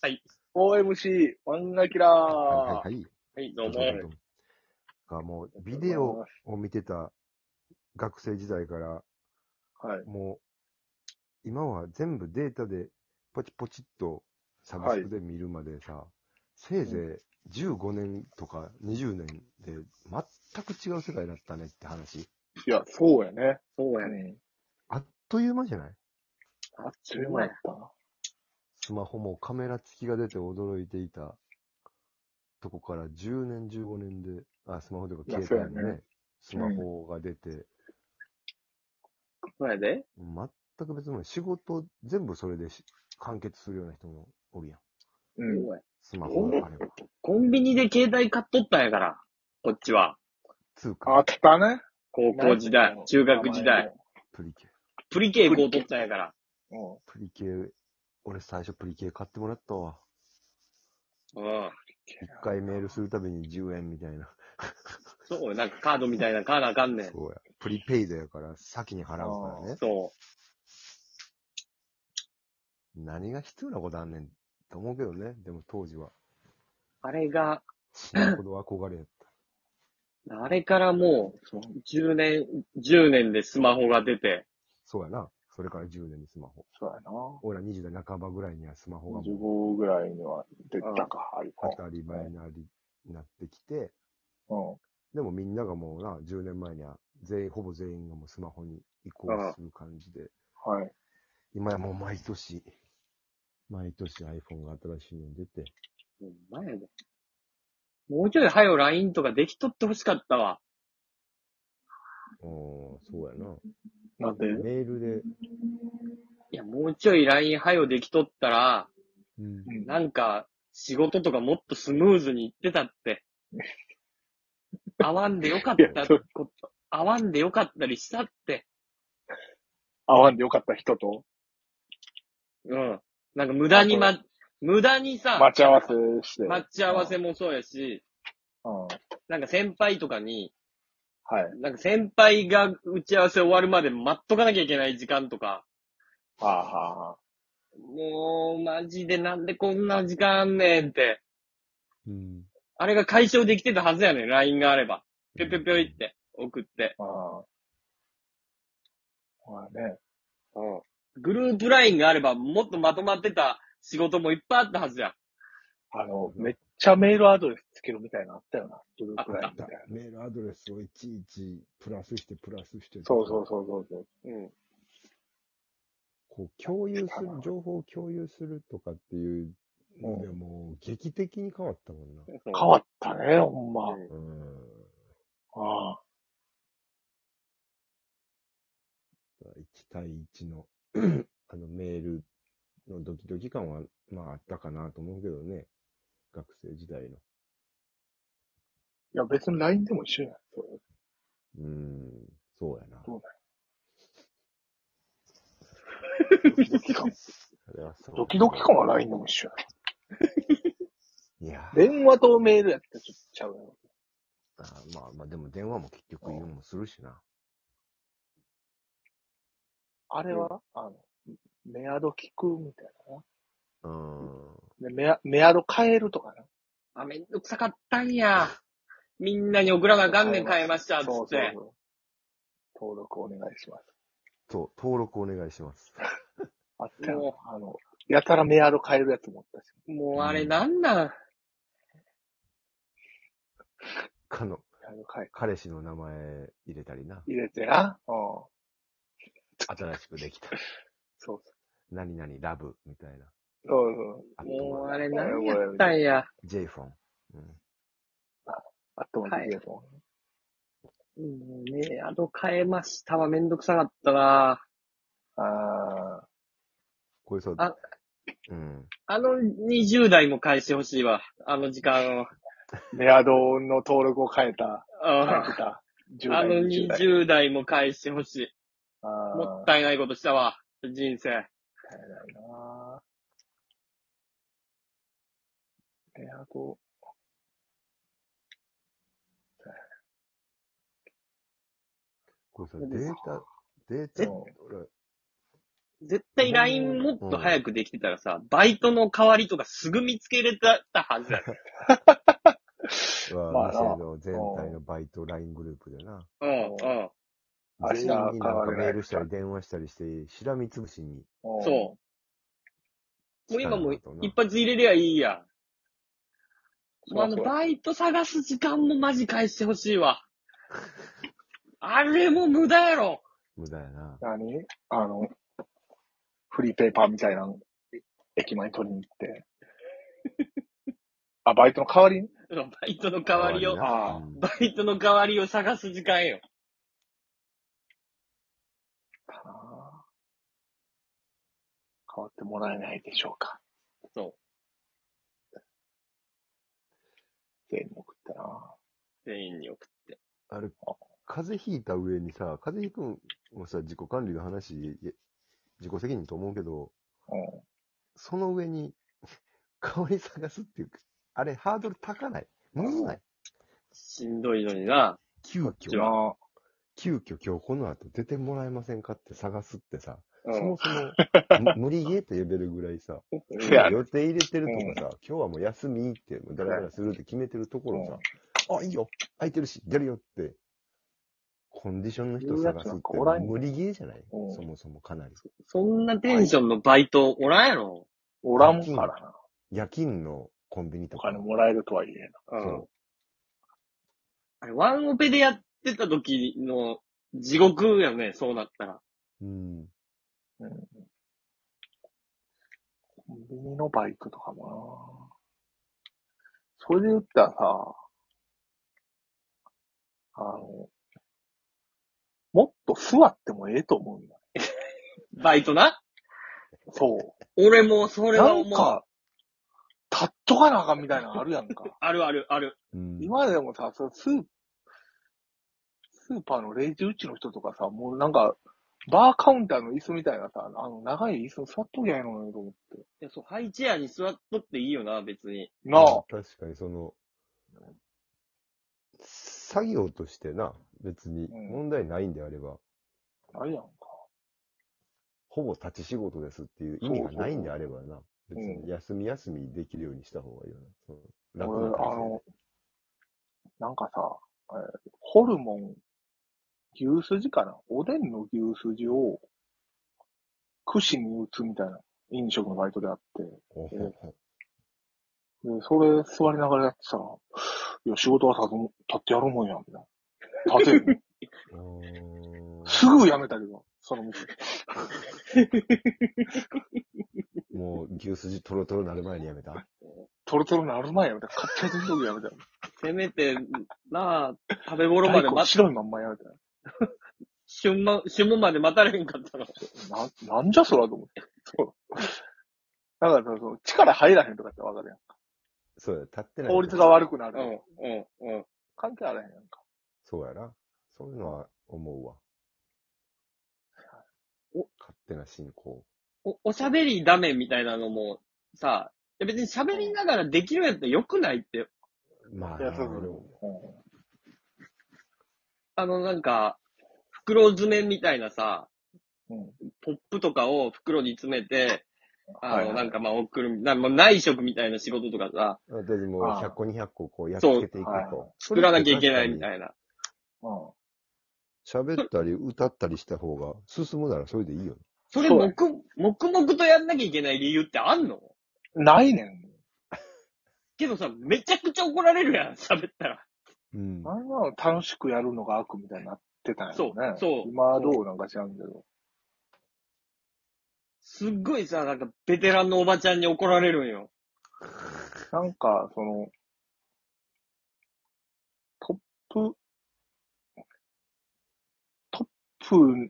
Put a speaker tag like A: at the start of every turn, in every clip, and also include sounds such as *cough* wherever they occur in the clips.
A: はい。
B: OMC、ワンガキラー。
C: はいはいはい。
A: はい、どうも。
C: どうもがもう、ビデオを見てた学生時代から、
B: はい。
C: もう、今は全部データでポチポチっとサブスクで見るまでさ、せいぜい15年とか20年で全く違う世界だったねって話。
B: いや、そうやね。
A: そうやね。
C: あっという間じゃない
B: あっという間やったな。
C: スマホもカメラ付きが出て驚いていたとこから10年、15年で、あ、スマホとか携帯
B: いやそう
C: の
B: や
C: ね、スマホが出て、
A: そうやで。
C: 全く別のもん仕事全部それでし完結するような人もおるやん。
B: うん。
A: そうや
C: スマホのあれば。
A: コンビニで携帯買っとったんやから、こっちは。
C: 通貨、
B: あったね。
A: 高校時代、中学時代。。
C: プリケ。
A: プリケこうとったんやから。
B: うん。
C: プリケ、俺最初プリケ買ってもらったわ。
A: うん。
C: 一回メールするたびに10円みたいな。
A: そうよなんかカードみたいなカードあかんねん。
C: そうや。プリペイドやから、先に払うからね。
A: そ
C: 何が必要なことあんねんと思うけどね。でも当時は、
A: う。あれが、
C: 死ぬほど憧れやった。
A: あれからも
B: そう
A: う、10年、10年でスマホが出て、
C: そうやな。それから10年でスマホ。
B: そうやな。
C: 俺ら20代半ばぐらいにはスマホがもう、
B: 15ぐらいには出たか、あれか。
C: 当たり前になり、なってきて、
B: うん。
C: でもみんながもうな、10年前には、全員、ほぼ全員がもうスマホに移行する感じで、
B: はい。
C: 今やもう毎年、毎年 iPhone が新しいの出て、
A: もう前で。もうちょい早よ LINE とかできとってほしかったわ。
C: おーそうやな。
B: なんで
C: メールで、
A: いや、もうちょい LINE 早よできとったら、
C: うん
B: うん
A: なんか、仕事とかもっとスムーズにいってたって。会わんでよかっ
B: い
A: た
B: やそう
A: こと、会わんでよかったりしたって。
B: 会わんでよかった人と
A: うん。なんか無駄に
B: あ
A: ま、無駄にさ、
B: 待ち合わせして。
A: 待ち合わせもそうやし、
B: うん。はい。
A: なんか先輩とかに、なんか先輩が打ち合わせ終わるまで待っとかなきゃいけない時間とか、
B: はあはあ。
A: もうマジでなんでこんな時間あんねんって。
C: うん。
A: あれが解消できてたはずやねん、LINE があれば。ぴょぴょぴょいって、送って。
B: ああ。まあね。
A: グループ LINE があればもっとまとまってた仕事もいっぱいあったはずや。
B: あの、めっちゃメールアドレスつけるみたいなのあったよな。グループラインみたいな。
C: メールアドレスをいちいちプラスしてプラスして、
B: そうそうそうそうそう。
A: うん。
C: こう共有する、情報を共有するとかっていうのでもう劇的に変わったもんな。
A: 変
B: 変わったね、ほんま。
A: うん
C: うん。
B: ああ。
C: 1対1の、 *clears throat* あの、メールのドキドキ感は、まあ、あったかなと思うけどね。学生時代の。
B: いや、別に LINE でも一緒やん。そう
C: うーん、そうやな。
B: そう
C: ド
B: キドキ感。
C: それはそう
B: ドキドキ感は LINE でも一緒や
C: いや
B: ん。電話とメールやったらちょっとちゃうやろ。
C: あーまあまあ、でも電話も結局言うのもするしな。
B: あれは、あの、メアド聞くみたいな
C: うーん。
B: な。で、メア、メアド変えるとかな。
A: あ、めんどくさかったんや。みんなに送らなあかんねん変えました、つって。
B: そうそうそう。登録お願いします。
C: そう、登録お願いします。
B: あったよ
A: も
B: な。あの、やたらメアド変えるやつもあったし。
A: もうあれなんなん、
C: かの、
B: メアド変え、
C: 彼氏の名前入れたりな。
B: 入れてな。うん。
C: 新しくできた。
B: そうそう。
C: 何々ラブみたいな。
B: そうそう。
C: あと
A: もう
C: は
A: あれなんやったんや。
C: ジェイフォン。うん。
B: あとは
A: はい
B: できるもん
A: うん、ねあと変えましたはめんどくさかったな。
B: あ
C: これそう。
A: あ
C: うん。
A: あの20代も返してほしいわ。あの時間
B: ー、
A: を。
B: メアドの登録を変えた、変え *laughs* て
A: あ
B: た。10代
A: あの
B: 20代
A: 20代も返してほしい。
B: あ
A: も
B: あ
A: っ、たいないことしたわ。人生。
B: 変えないなぁ。メアド。
C: これさ、
A: そう
C: デ
A: です
C: ータ、データ、
B: え
C: 俺、
A: 絶対 LINE もっと早くできてたらさ、バイトの代わりとかすぐ見つけれたはずだ
B: *laughs*
A: よ。
B: まあ
C: は、店の全体のバイト LINE グループでな。
A: うん、うん。
B: 明日
C: 全員になんか
B: 変わるね
C: メールしたり電話したりして、しらみつぶしに。
A: そもう今も
C: 力があ
A: う
C: るとな
A: 一発入れりゃいいやん。もうあの、
B: そうそう
A: バイト探す時間もマジ返してほし
C: *laughs*
A: いわ。あれも無駄やろ。
C: 無駄やな。
B: 何あの、フリーペーパーみたいなの、駅前に取りに行
A: *laughs*
B: って。あ、バイトの代わりに
A: バイトの代わりを、
C: な
B: ああ
C: うん
A: バイトの代わりを探す時間よ。
B: かな変わってもらえないでしょうか。。
A: そう
B: 全員送ったな
A: 全員に送って。
C: あれ、風邪ひいた上にさ、風邪ひくんもさ、自己管理の話、いや自己責任と思うけど、
B: うん。
C: その上に、 *laughs* 代わり探すっていうか、あれ、ハードル高ない。むずない。
A: しんどいのにな。
C: 急
A: じ
C: 遽
A: ゃ、
B: あ
C: 急遽今日この後出てもらえませんかって探すっ
B: *laughs*
C: てさ、
A: う
C: そ
A: ん
C: も。そも、む無理ゲーと呼べるぐらいさ、
B: せや
C: 予定入れてるとかさ、今日はもう休みって、もうダラダラするって決めてるところさ、あ、いいよ、空いてるし、出るよって、コンディションの人探す
B: 言うやつな
C: っ
B: んかおらん
C: て、
B: よ
C: 無理ゲーじゃない
B: うん
C: そもそもかなり。
A: そんなテンションのバイトおらんやろ。
B: おらんからな。
C: 夜勤のコンビニ
B: お
C: とか
B: 金。もらえるとはいえ
A: う
C: そう
A: あれ、ワンオペでやってた時の地獄やね、そうなったら。
C: うん。
B: な。うん。コンビニのバイトとかもなそれで言ったらさ、あの、もっと座ってもええと思うんだ。
A: バイトな
B: そう。
A: 俺も、それは
B: な
A: 思
B: ん
A: う。
B: か、立っとかなあかんみたいなのあるやんか。
A: あるあるある。
C: うん、
B: 今までもさ、そのスー、スーパーのレジ打ちの人とかさ、もうなんか、バーカウンターの椅子みたいなさ、あの、長い椅子座っときゃいいのにと思って。
A: いや、そう、ハイチェアに座っとっていいよな、別に。
B: なあ、
C: 確かにその、作業としてな、別に
B: うん
C: 問題ないんであれば、
B: あれやんか。
C: ほぼ立ち仕事ですっていう意味がないんであればな、別に休み休みできるようにした方がいいよね。その楽
B: 俺、
C: な体
B: あ
C: 勢で
B: の、なんかさ、えーホルモン、牛すじかなおでんの牛すじを、串に打つみたいな飲食のバイトであって、
C: おほほ
B: で、それ座りながらやってたら、いや、仕事は立つ立ってやるもんや、みたいな。立てる。
C: う
B: すぐ辞めたけど、その店。
C: ーんもう牛すじトロトロなる前にやめた
B: トロトロなる前やめた。勝手にすぐやめたよ。
A: せめて、なあ、食べ頃まで
B: 大根
A: 待
B: 白いまんまやめたよ。
A: 旬ま、旬もまで待たれへんかったの。
B: な、なんじゃそらと思って。そう。だからさ、その力入らへんとかってわかるや
C: そうや、立って
B: ん。
C: ない。
B: 効率が悪くなる。
A: うん、うん、うん。
B: 関係あらへんやんか。
C: そうやな。そういうのは思うわ。
A: お
C: 勝手な進行。
A: お、おしゃべりダメみたいなのも、さ、いや別に喋りながらできるやったら良くないって。
C: まあ
B: い
C: な、
B: や、そう
C: 俺も
B: そ
A: あの、なんか、袋詰めみたいなさ、
B: う。うん。
A: ポップとかを袋に詰めて、あ
B: はいは
A: の、
B: い
A: なんかまあ送る、なまあ内職みたいな仕事とかさ、
C: 私もう
B: ああ
C: 100個200個こうやっつけていく
B: はい
C: と。
A: 作らなきゃいけないみた
C: い
A: いな。
B: うん。
C: 喋ったり歌ったりした方が進むならそれでいいよ。
A: それ、
B: そうや
A: 黙、黙々とやんなきゃいけない理由ってあんの
B: ないねん。
A: けどさ、めちゃくちゃ怒られるやん、 *laughs* 喋ったら。
C: うん。
B: あんなの楽しくやるのが悪みたいになってたんやろね。
A: そうそう
B: 今はどうなんか知らんけど。
A: すっごいさ、なんか、ベテランのおばちゃんに怒られるんよ。
B: なんか、その、トップ、トッ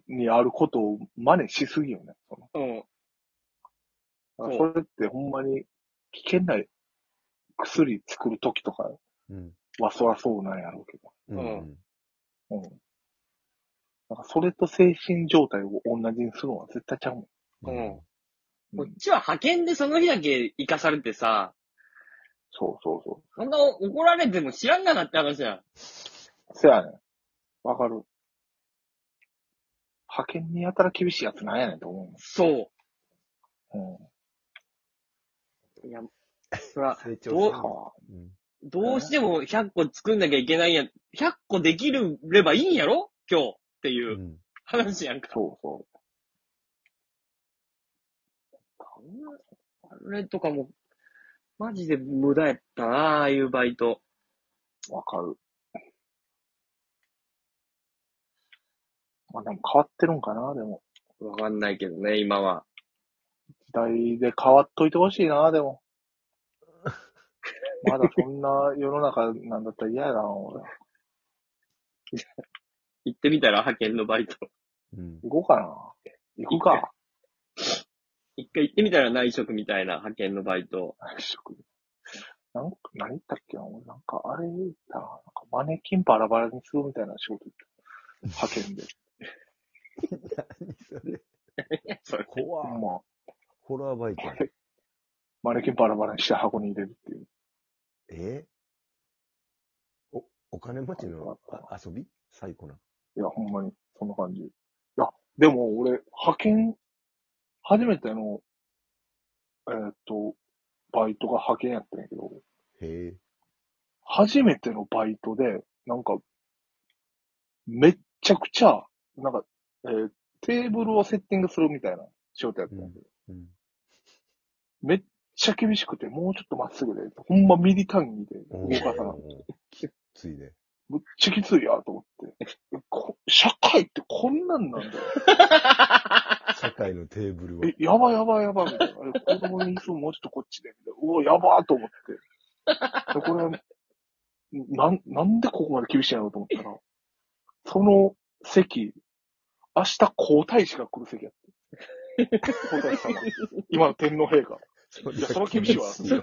B: プにあることを真似しすぎよね。その
A: うん。
B: そ
A: そう
B: れってほんまに危険な薬作るときとか
C: うん。
B: はそらそうなんやろうけ
C: う。
A: うん
B: ど。うん。なんかそれと精神状態を同じにするのは絶対ちゃうもん。
A: うん
B: う
A: こ
B: ん
A: っちは派遣でその日だけ生かされてさ、
B: そうそうそ
A: そんな怒られても知らんがなって話やん。
B: う。せやねん。わかる。派遣にやたら厳しいやつなんやねんと思。
A: そう
B: うん。
A: う。いや、そら、
C: 成長
A: どう
C: する
B: は
C: うん。。
A: どうしても100個作んなきゃいけないやん。100個できればいいんやろ今日っていううん話やんか。
B: そうそう。
A: あれとかも、マジで無駄やったな、ああいうバイト。
B: わかる。まあでも変わってるんかな、でも。
A: わかんないけどね、今は。
B: 時代で変わっといてほしいな、でも。まだそんな世の中なんだったら嫌やな、俺。
A: 行ってみたら派遣のバイト。
C: うん。 *laughs*
B: 行こうかな。行くか。
A: 一回行ってみたら内職みたいな派遣のバイト。
B: 食なんか、何言ったっけな、俺なんか、あれ言ったな、なんかマネキンバラバラにするみたいな仕事言った。派遣で。
C: 何それ。
A: それ
C: 怖っ
B: まあ、
C: ホラーバイトや。
B: マネキンバラバラにして箱に入れるっていう。
C: えお、お金持ちのあ遊び最高な。
B: いや、ほんまに、そんな感じ。いや、でも俺、派遣、初めての、えーっと、バイトが派遣やったんやけど、
C: へえ。
B: 初めてのバイトで、なんか、めっちゃくちゃ、なんか、えーテーブルをセッティングするみたいな仕事やったんやけど、
C: うん。
B: めっちゃ厳しくて、もうちょっとまっすぐで、ほんまミリ単位で
C: お
B: 動
C: ー
B: かさない。
C: おーきついね。
B: むっちゃきついやと思って。こ社会ってこんなんなんだよ。
C: 社会のテーブルは
B: え、。やばいやばいやばいみたいな。あれ子供に椅子もうちょっとこっちで。みたいなうわ、やばーと思って。で、これ、なん、なんでここまで厳しいんやろうと思ったら、その席、明日皇太子が来る席やって。皇太子様。今の天皇陛下。*laughs*
C: そ
B: いやそれは厳しいわ
C: *laughs* 厳しいわ